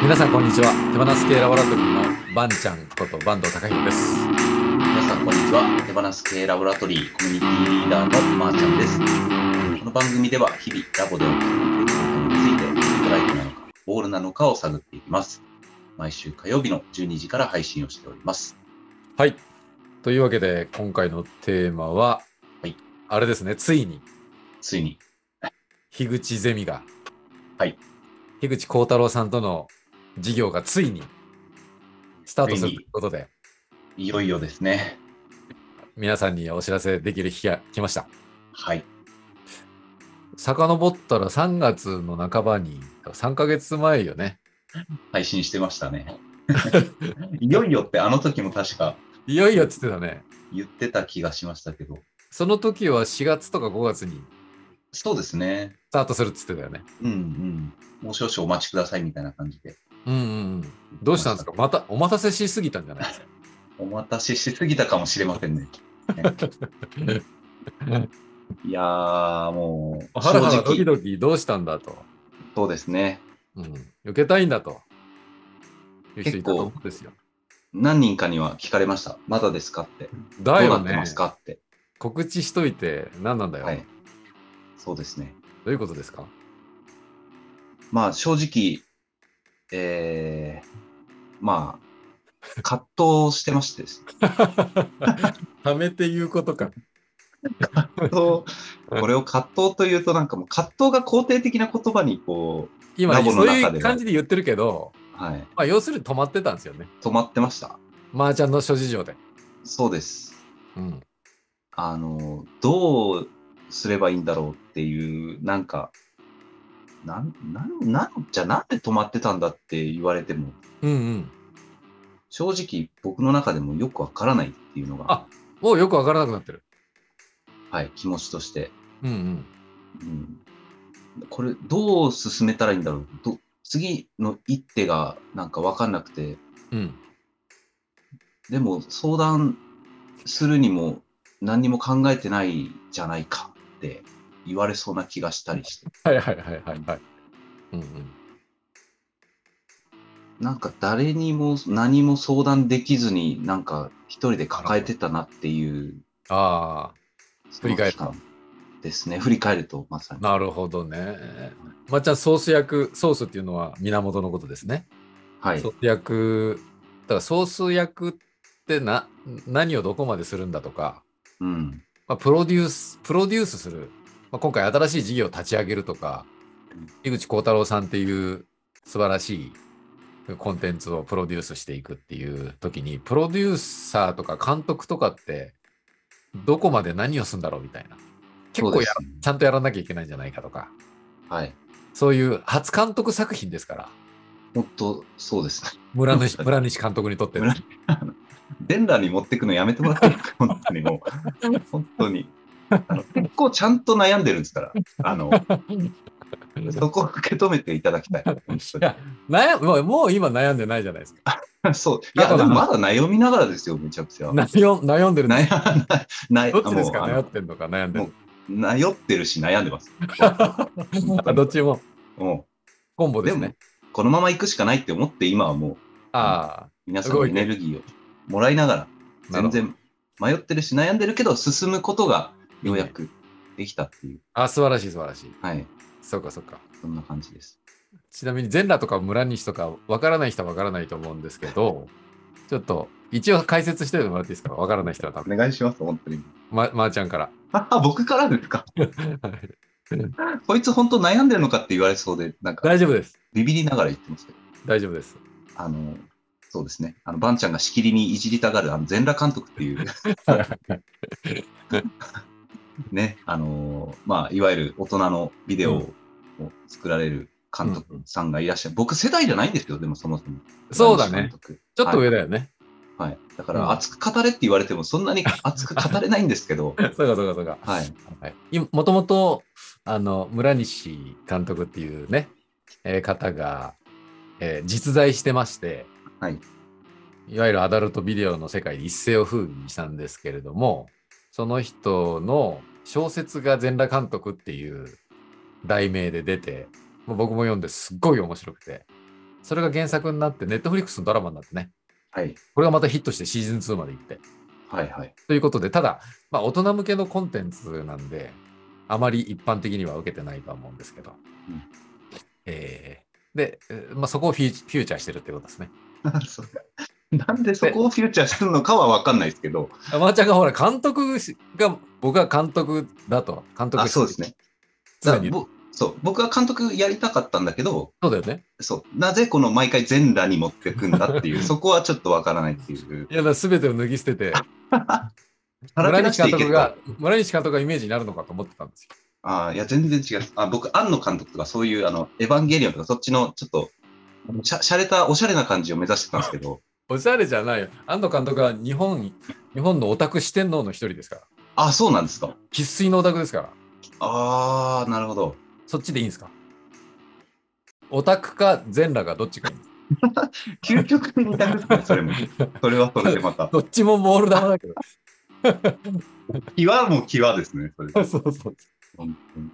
皆さんこんにちは手放す系ラボラトリーのバンちゃんこと坂東隆弘です皆さん、こんにちは。手放す系ラボラトリーコミュニティリーダーのまーちゃんです。この番組では、日々ラボで起きていることについて、ストライクなのか、ボールなのかを探っていきます。毎週火曜日の12時から配信をしております。はいというわけで今回のテーマは、はいあれですねついについに、樋口ゼミがはい樋口幸太郎さんとの事業がついにスタートすつるいにということでいよいよですね。皆さんにお知らせできる日が来ましたはい。遡ったら3月の半ばに3ヶ月前よね配信してました ね。いよいよって、あの時も確かいよいよっつってたね言ってた気がしましたけど、その時は4月とか5月にそうですね。スタートするっつってたよねうんうん。もう少々お待ちくださいみたいな感じで。うんうんうんどうしたんですかまたお待たせしすぎたんじゃないですかお待たせしすぎたかもしれま せんね。いやー、もう、ハラハラド正キ直ドキどうしたんだと、そうですね。うん、避けたいんだという人いたと思うんですよ何人かには聞かれました。まだですかって。どだうなよってねますかって。告知しといて何なんだよ、はい。そうですね。どういうことですかまあ、正直、えー、まあ、葛藤してましてです。はめて言うことか葛藤、これを葛藤というと、なんかもう葛藤が肯定的な言葉に、こ今ラボそのう中ではいう感じで言ってるけど、う、はい、まあ、要するに止まってたんですよね止まってました。マーちゃんの諸事情で、そうです。うん、あの、どうすればいいんだろうっていう、なんか、なん、なん、なん、じゃあなんで止まってたんだって言われても、うんうん正直僕の中でもよくわからないっていうのがあ、もうよくわからなくなってるはい、気持ちとして。うんうんうん、これ、どう進めたらいいんだろうど次の一手がなんかわかんなくて、うんでも相談するにも何にも考えてないじゃないかって言われそうな気がしたりして。はいはいはいはいはいうんうんなんか誰にも何も相談できずになんか一人で抱えてたなっていうあ振り返るとその期間ですね振り返るとまさあになるほどねまーちゃんソース役ソースっていうのは源のことですね、はいソース役だからソース役ってな何をどこまでするんだとか、うんまあ、プロデュースプロデュースする、まあ、今回新しい事業を立ち上げるとか井口幸太郎さんっていう素晴らしいコンテンツをプロデュースしていくっていう時にプロデューサーとか監督とかってどこまで何をするんだろうみたいな結そう構でやすちゃんとやらなきゃいけないんじゃないかとかはいそういう初監督作品ですから本当そうですね 村西村西監督にとって村電羅に持ってくのやめてもらっていいですか本当にもう本当にあの結構ちゃんと悩んでるんですからあ のそこを受け止めていただきたい本いや悩むもうもう今悩んでないじゃないですか当にそういやでもまだ悩みながらですよめちゃくちゃ悩ん悩んでるんです悩などっちですかもうあ悩のってんのか悩んでる悩ってるし悩んでます。 あどっちももコンボうですね。でもこのまま行くしかないって思って今はもうあ皆さんのエネルギーをもらいながあら全然迷ってるし悩んでるけど進むことがようやくできたっていう、あ素晴らしい素晴らしいはい、そうかそうかそんな感じです。ちなみに全裸とか村西とかわからない人はわからないと思うんですけどちょっと一応解説してもらっていいですかわからない人は多分お願いします、本当に。ままー、ちゃんから あ、僕からですか。こいつ本当悩んでるのかって言われそうで、なんか大丈夫ですビビりながら言ってますけど、大丈夫ですあの、そうですね、あの、バンちゃんがしきりにいじりたがる、あの、全裸監督って いう、ね、あのーまあ、いわゆる大人のビデオを作られる監督さんがいらっしゃる。僕世代じゃないんですよ、でもそもそも。そうだ監ね督。ちょっと上だよね、はい。だかうんら、熱く語れって言われても、そんなに熱く語れないんですけ ど、 そうかそうかそうか。はい。はい、今もともとあの村西監督っていうね、えー方が、えー実在してまして、はい、いわゆるアダルトビデオの世界で一世を風靡したんですけれどもその人の小説が全裸監督っていう題名で出てもう僕も読んですっごい面白くてそれが原作になって、ネットフリックスのドラマになってね、はい。これがまたヒットしてシーズン2まで行って。はいはい。 ということで、ただ、まあ、大人向けのコンテンツなんで、あまり一般的には受けてないとは思うんですけど。うんえーで、えーまあ、そこをフューチフューチャーしてるってことですね。そうかなんでそこをフューチャーするのかは分かんないですけど、あまー、ちゃんがほら、監督しが、僕が監督だと、監督あそうですね。常だに言うぼそう僕は監督やりたかったんだけど、そうだよね。そうなぜこの毎回全裸に持ってくんだっ ていう、そこはちょっと分からないっていう。いや、だから全てを脱ぎ捨て て、腹村減ら西して監いけ督るがか、村西監督がイメージになるのかと思ってたんですよ。あーいや、全然違う。あ僕、庵野監督とか、そういう、あの、エヴァンゲリオンとか、そっちの、ちょっと、しゃしゃれた、おしゃれな感じを目指してたんですけ ど、おしゃれじゃないよ。安藤監督は日本、日本のオタク四天王の一人ですから。あ、そうなんですか。生粋のオタクですから。あー、なるほど。そっちでいいんですかオタクか全裸かどっちかいい。究極に似たんですね、それも。それはそれでまた。どっちもボール球だけど。際も際ですね、 それ。そうそう。本当にい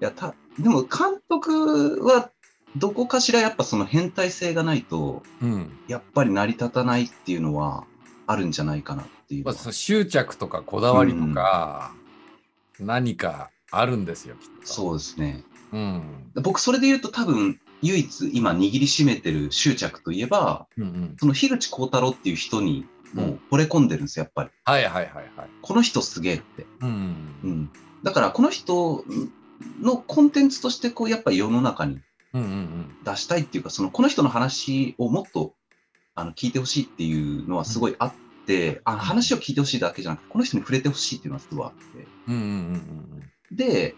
や、た、でも監督は、どこかしらやっぱその変態性がないと、うん。やっぱり成り立たないっていうのは、あるんじゃないかなっていうのまあ、は。その執着とかこだわりとか、何かあるんですよ、きっと。そうですね。う。ん。僕、それで言うと多分、唯一今握りしめてる執着といえば、うんうん、その樋口光太郎っていう人にもううん惚れ込んでるんですよ、やっぱり。はいはいはいはい。この人すげえって。うんう。ん。だから、この人のコンテンツとして、こう、やっぱり世の中にうんうんうん。出したいっていうか、その、この人の話をもっと、あの、聞いてほしいっていうのはすごいあって、あの話を聞いてほしいだけじゃなくて、この人に触れてほしいっていうのはすごいあって。うんうんうんで、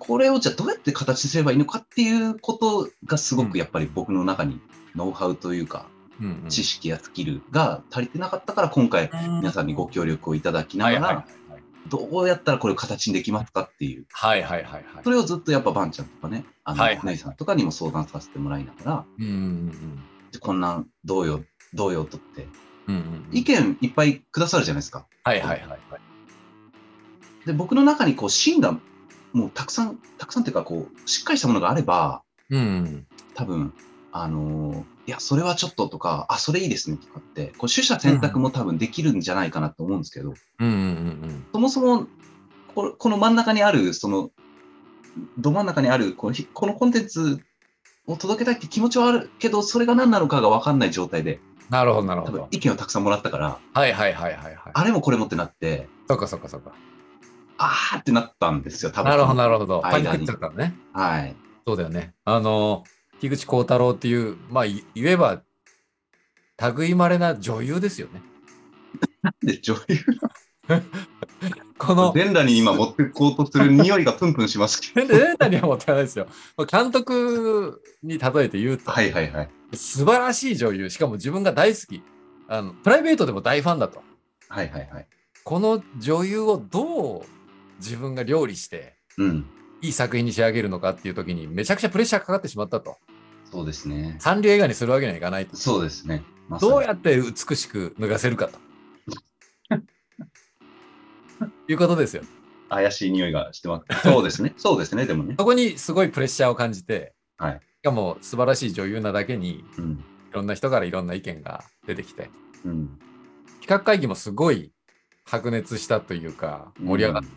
これをじゃあどうやって形にすればいいのかっていうことがすごくやっぱり僕の中にノウハウというかうん。うんうん、知識やスキルが足りてなかったから今回皆さんにご協力をいただきなはがいはいはらどうやったらこれを形にできますかっていういはいはいはい。それをずっとやっぱばんちゃんとかねあのはいはいナイさんとかにも相談させてもらいながらうんうんでこんなんどうよどうよとってうんうんうんうん。意見いっぱいくださるじゃないですかはいはいはいはい。で僕の中にこう芯がもうたくさんたくさんっていうかこうしっかりしたものがあればうんうん。多分あのーいや、それはちょっととか、あ、それいいですねとかって、こう取捨選択も多分できるんじゃないかなと思うんですけど、うんうんうんそもそもこ、この真ん中にある、その、ど真ん中にあるこの、ひこのコンテンツを届けたいって気持ちはあるけど、それが何なのかが分かんない状態で、うん。なるほどなる多ほ分ど。意見をたくさんもらったから、はいはいはいはいはい。あれもこれもってなって、そっかそっかそっか。あーってなったんですよ、多分。なるほどなるほど。パニ間ックっにちゃったのね。はい。そうだよね。あの、樋口幸太郎っていう、まあ、い言えば、類まれな女優ですよね。で、女優このの、全裸に今持ってこうとする匂いがプンプンします けど。全然には持ってないですよ。まあ監督に例えて言うと、はいはいはい。素晴らしい女優、しかも自分が大好きあの、プライベートでも大ファンだと。はいはいはい。この女優をどう自分が料理して、うん。いい作品に仕上げるのかっていう時に、めちゃくちゃプレッシャーかかってしまったと。そうですね。三流映画にするわけにはいかないと。そうですね。まさにどうやって美しく脱がせるかと。 いうことですよ。怪しい匂いがしてます。そうですね。そうですね。でもね。そこにすごいプレッシャーを感じて、はいしかも素晴らしい女優なだけに、いうん。ろんな人からいろんな意見が出てきて、うん。企画会議もすごい白熱したというか、盛り上がっうん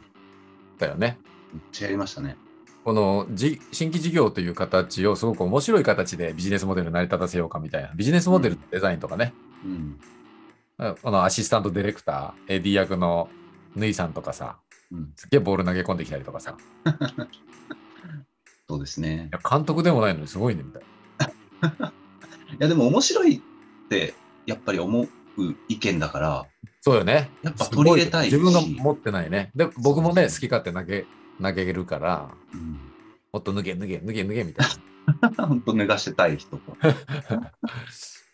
たよね。めっちゃやりましたね。このじ新規事業という形をすごく面白い形でビジネスモデルに成り立たせようかみたいな、ビジネスモデルのデザインとかね、うん。このアシスタントディレクター、AD 役のぬいさんとかさ、うん。すっげえボール投げ込んできたりとかさ、そうですねい。や監督でもないのにすごいねみたいな。いや、でも面白いって、やっぱり思う意見だから、そうよね。やっぱすご取り入れたいし自分が持ってないね。で、僕もね、そ好き勝手投げ、投げるから、うん、 もっと脱げ、脱げ、脱げ、脱げみたいな。本当脱がしてたい人と。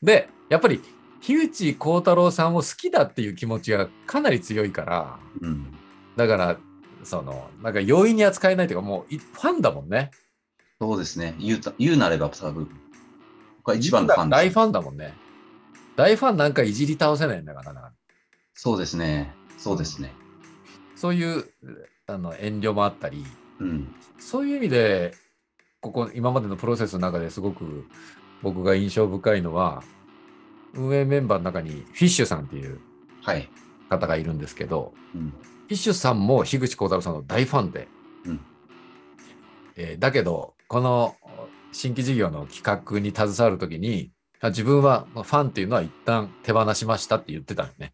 で、やっぱり、樋口幸太郎さんを好きだっていう気持ちがかなり強いから、うん。だから、その、なんか容易に扱えないというか、もうい、ファンだもんね。そうですね。言うた言うなれば、多分、僕は一番のファン大です。ファンだもんね。大ファンなんかいじり倒せないんだからな。そうですね。そうですね。そういうあの遠慮もあったり、うん。そういう意味で、ここ、今までのプロセスの中ですごく僕が印象深いのは、運営メンバーの中にフィッシュさんっていうはい。方がいるんですけど、うん。フィッシュさんも樋口幸太郎さんの大ファンで、うんえーだけど、この新規事業の企画に携わるときに、あ自分はまあファンっていうのは一旦手放しましたって言ってたのね。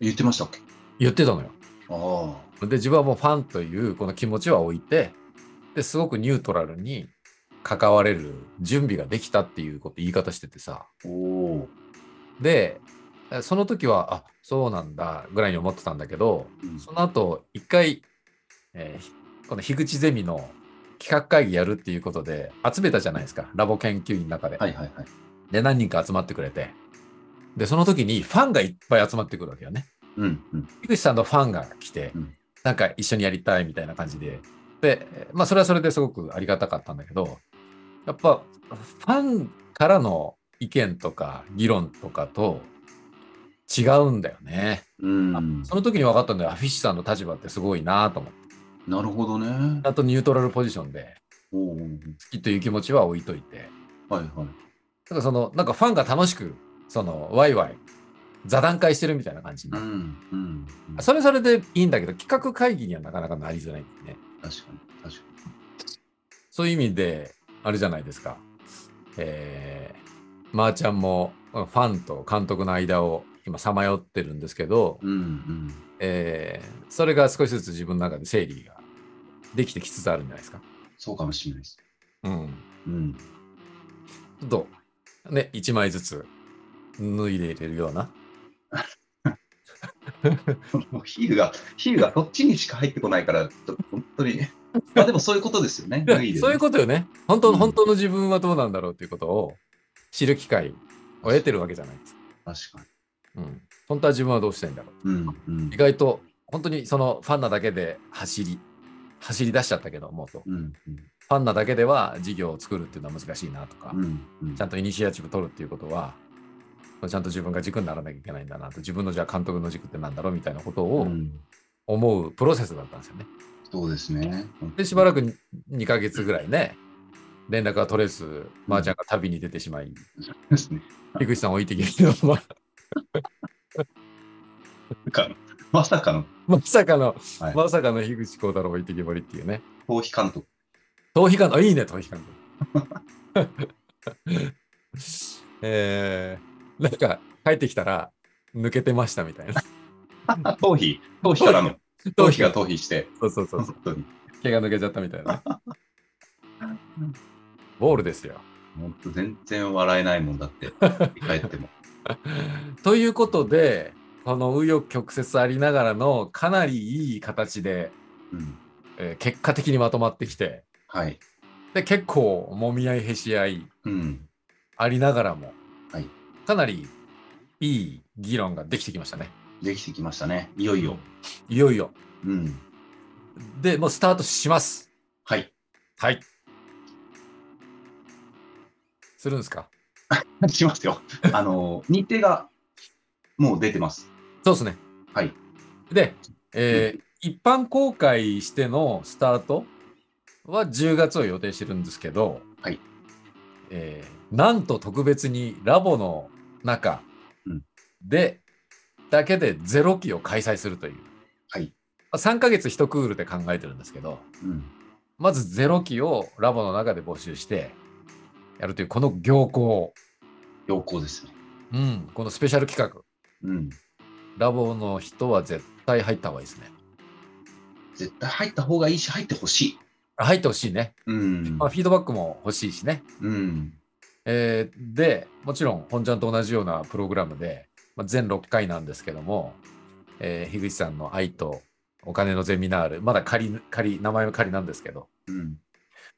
言ってましたっけ言ってたのよ。ああ。で、自分はもうファンというこの気持ちは置いて、で、すごくニュートラルに関われる準備ができたっていうこと言い方しててさ。おお。で、えその時は、あ、そうなんだぐらいに思ってたんだけど、うんその後、一回、えーひこの樋口ゼミの企画会議やるっていうことで集めたじゃないですか、ラボ研究員の中で。はいはいはい。で、何人か集まってくれて。で、その時にファンがいっぱい集まってくるわけよね。うんうん。樋口さんのファンが来てうん、なんか一緒にやりたいみたいな感じで。で、えーまあ、それはそれですごくありがたかったんだけど、やっぱ、ファンからの意見とか議論とかと違うんだよね。うん。その時に分かったんだよ。あフィッシュさんの立場ってすごいなと思ってなるほどねちゃ。んとニュートラルポジションでおお。好きという気持ちは置いといて、はいはい。だからその、なんかファンが楽しく、その、ワイワイ、座談会してるみたいな感じにうなる。んうん。それはそれでいいんだけど、企画会議にはなかなかなりづらいんだよね。確かに確かそういう意味で、あれじゃないですか。えー、まー、ちゃんも、ファンと監督の間を今さまよってるんですけど、に。うんうん。えー、それが少しずつ自分の中で整理ができてきつつあるんじゃないですか。そうかもしれないです。うん。うん。 ちょっと、ね、1枚ずつ脱いでいれるような。もう比喩が、比喩がこっちにしか入ってこないから、ちょっと本 当に。まあでもそういうことですよね。脱でねそういうことよね。本当の、うん本当の自分はどうなんだろうっていうことを知る機会を得てるわけじゃないですか。確かうん。本当は自分はどうしたいんだろに。うんうんう。意外と、本当にそのファンなだけで走り、走り出しちゃったけど、もうと。フうんァンなだけでは事業を作るっていうのは難しいなとか、うんうんちゃんとイニシアチブ取るっていうことは、ちゃんと自分が軸にならなきゃいけないんだなと、自分のじゃあ監督の軸ってなんだろうみたいなことうをん思うプロセスだったんですよね。そうですね。で、しばらく2ヶ月ぐらいね、連絡が取れず、まー、ちゃんが旅に出てしまい、くですね。樋口さん置いてきてるのは、なんかまさかのまさかの、はいまさかの樋口幸太郎置いてきぼりっていうね。逃 避監督。逃避感あ、いいね、逃避 感えー、なんか、帰ってきたら、抜けてましたみたい な。あ逃避。逃避からの。逃避がと。逃避して。そうそうそうそ本う。当に。毛が抜けちゃったみたい な。ボールですよ。本当全然笑えないもん だって。帰っても。ということで、この紆余曲折ありながらのかなりいい形で、うん。えー結果的にまとまってきて、はい。で結構もみ合いへし合いうん。ありながらも、はいかなりいい議論ができてきましたね。できてきましたね。いよいよ。いよいよ。うん。で、もうスタートします。はい。はい。するんですか しますよ。 あの、日程がもう出てます。そうですね。はい。で、えー一般公開してのスタートは10月を予定してるんですけど、はいえーなんと特別にラボの中うんで、だけでゼロ期を開催するという、はいまあ3ヶ月1クールで考えてるんですけどうん。まずゼロ期をラボの中で募集してやるというこの行行、良好ですね。うん、このスペシャル企画うん。ラボの人は絶対入った方がいいですね。絶対入った方がいいし、入ってほしい。入ってほしいね。うんまあ、。フィードバックも欲しいしね。うん。えーで、もちろん、本ちゃんと同じようなプログラムで、まあ、全6回なんですけども、えー樋口さんの愛とお金のゼミナール、まだ仮、仮、名前は仮なんですけど、うん。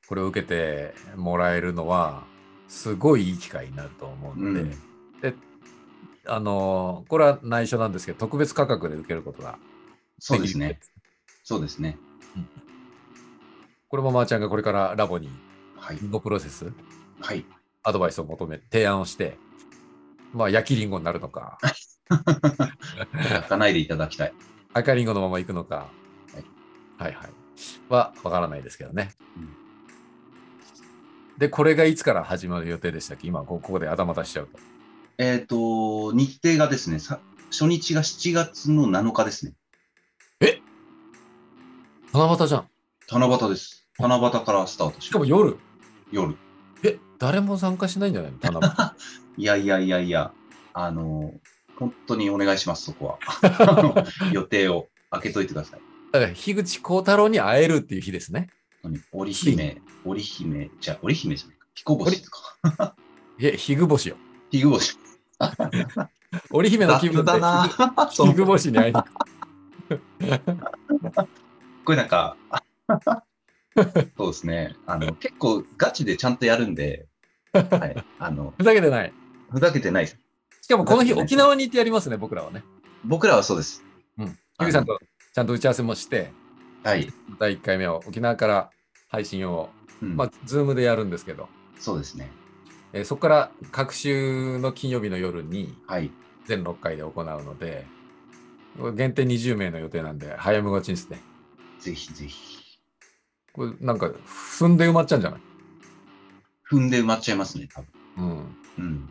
これを受けてもらえるのは、すごいいい機会になると思うので、うんで、あのーこれは内緒なんですけど、特別価格で受けることができるそうですね。。そうですね。これもまーちゃんがこれからラボに、はい。リンゴプロセス、 はい。アドバイスを求め、提案をして、まあ、焼きリンゴになるのか、泣かないでいただきたい。赤リンゴのまま行くのか、はい、はいはいはわからないですけどね。で、これがいつから始まる予定でしたっけ今、こここで頭出しちゃうと。えっ、と、日程がですね、さ初日が7月の7日ですね。七夕じゃん。七夕です。七夕からスタートししかも夜。夜。え、誰も参加しないんじゃないの 七夕。いやいやいやいや、あの、本当にお願いします、そこは。 予定を開けといてください。だから、樋口幸太郎に会えるっていう日ですね。本当に織姫、織姫、じゃ織姫じゃないか。彦星とか。いえ、ヒグボシよ。ヒグ星。織姫の気分で雑だ な。そヒのグボシに会いに行く。 これなんか、そうですね。あの、結構ガチでちゃんとやるんで、はい。あの、ふざけてない。ふざけてないです。しかもこの日、ふざけてない沖縄に行ってやりますね、僕らはね。僕らはそうです。樋口さんとちゃんと打ち合わせもして、はい。第1回目を沖縄から配信を、うんまあ、ズームでやるんですけど、そうですね。えーそこから各週の金曜日の夜にはい。全6回で行うので、限定20名の予定なんで、早めがちですね。ぜひぜひ。これなんか、踏んで埋まっちゃうんじゃない踏んで埋まっちゃいますね、多分。うん。うん。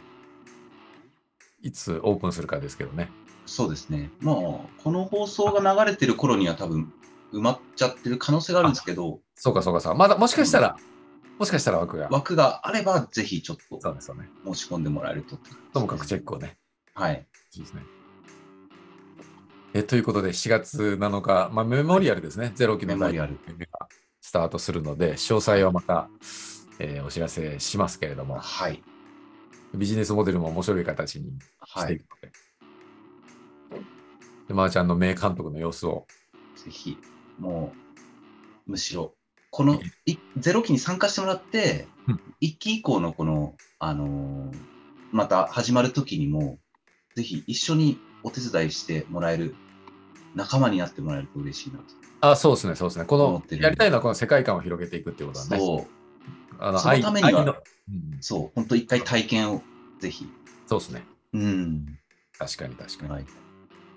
いつオープンするかですけどね。そうですね。もう、この放送が流れてる頃には多分埋まっちゃってる可能性があるんですけど、そうかそうかそうか。まだ、もしかしたら、もしかしたら枠が。枠があれば、ぜひちょっそうとですよね。申し込んでもらえるとって。ともかくチェックをね。はい。いいですね。えということで、4月7日、まあ、メモリアルですね、ゼロ期のメモリアル第一回目がスタートするので、詳細はまた、えーお知らせしますけれども、はい。ビジネスモデルも面白い形にしはてい。いぜくので、でまー、ちゃんの名監督の様子を、ひ、もう、むしろ、このいゼロ期に参加してもらってうん、一期以降のこの、あのーまた始まる時にも、ぜひ一緒にお手伝いしてもらえる、仲間になってもらえると嬉しいなと。あ、そうですね、そうですね、こ思のって、るやりたいのはこの世界観を広げていくっていうことだね。そう。あそのためには愛のうんそう、本当一回体験をぜひ。そうですね、うん。確かに確かに。はい。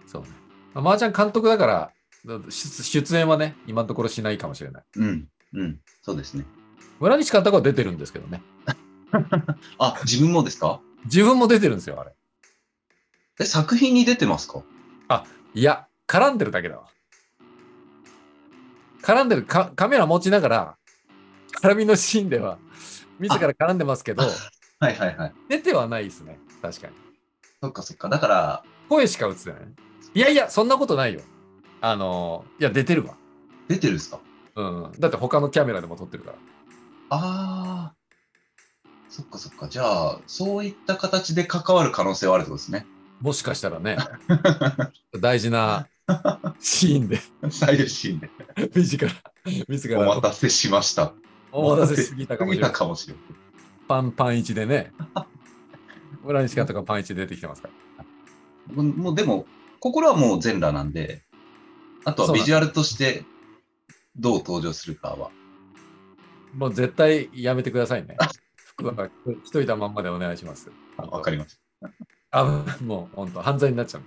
そうね。まあ、まー、ちゃん監督だから、出出演はね、今のところしないかもしれない。うん。うん。そうですね。村西監督は出てるんですけどね。あ、自分もですか自分も出てるんですよ、あれ。え、作品に出てますかいや、絡んでるだけだわ。絡んでるか、カメラ持ちながら、絡みのシーンでは、自ら絡んでますけど、はいはいはい。出てはないですね。確かに。そっかそっか。だから、声しか映ってない。いやいや、そんなことないよ。あのー、いや、出てるわ。出てるんですかうんうん。だって他のキャメラでも撮ってるから。ああ。そっかそっか。じゃあ、そういった形で関わる可能性はあるってことですね。もしかしたらね、大事なシーンで、 最終シーンで。自ら、自 おら待たせしました。お待たせしすぎたかもし見れなたい。かもしれない。パンパン一でね。村西監督がパン一で出てきてますから。もうもうでも、心はもう全裸なんで、あとはビジュアルとしてどう登場するかはもう絶対やめてくださいね。服は着といたまんまでお願いします。あわかりましあ、もう本当、犯罪になっちゃう。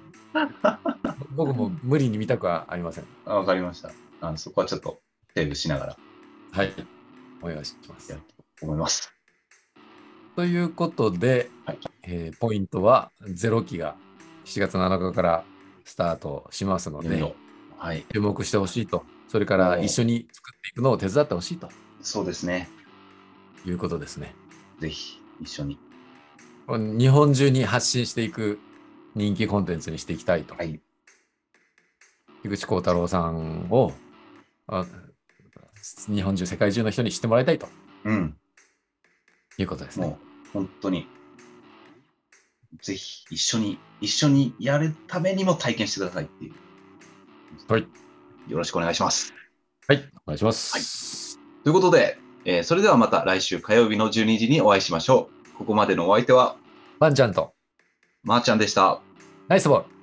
僕も無理に見たくはありません。た。あわかりました。あのそこはちょっとセーブしながらはい。お願いしまやする。と思います。ということで、はいえーポイントは0期が7月7日からスタートしますのいろいで、ろはい、注目してほしいと、それから一緒に作っていくのを手伝ってほしいとそうですね。いうことですね。ぜひ一緒に。日本中に発信していく人気コンテンツにしていきたいと。はい。樋口幸太郎さんをあ日本中、世界中の人に知ってもらいたいとうん。いうことですねも。う本当に、ぜひ一緒に、一緒にやるためにも体験してくださいっていう。はい。よろしくお願いします。はい、お願いします。ということで、えーそれではまた来週火曜日の12時にお会いしましょう。ここまでのお相手は、ワンちゃんとまー、ちゃんでした。ナイスボール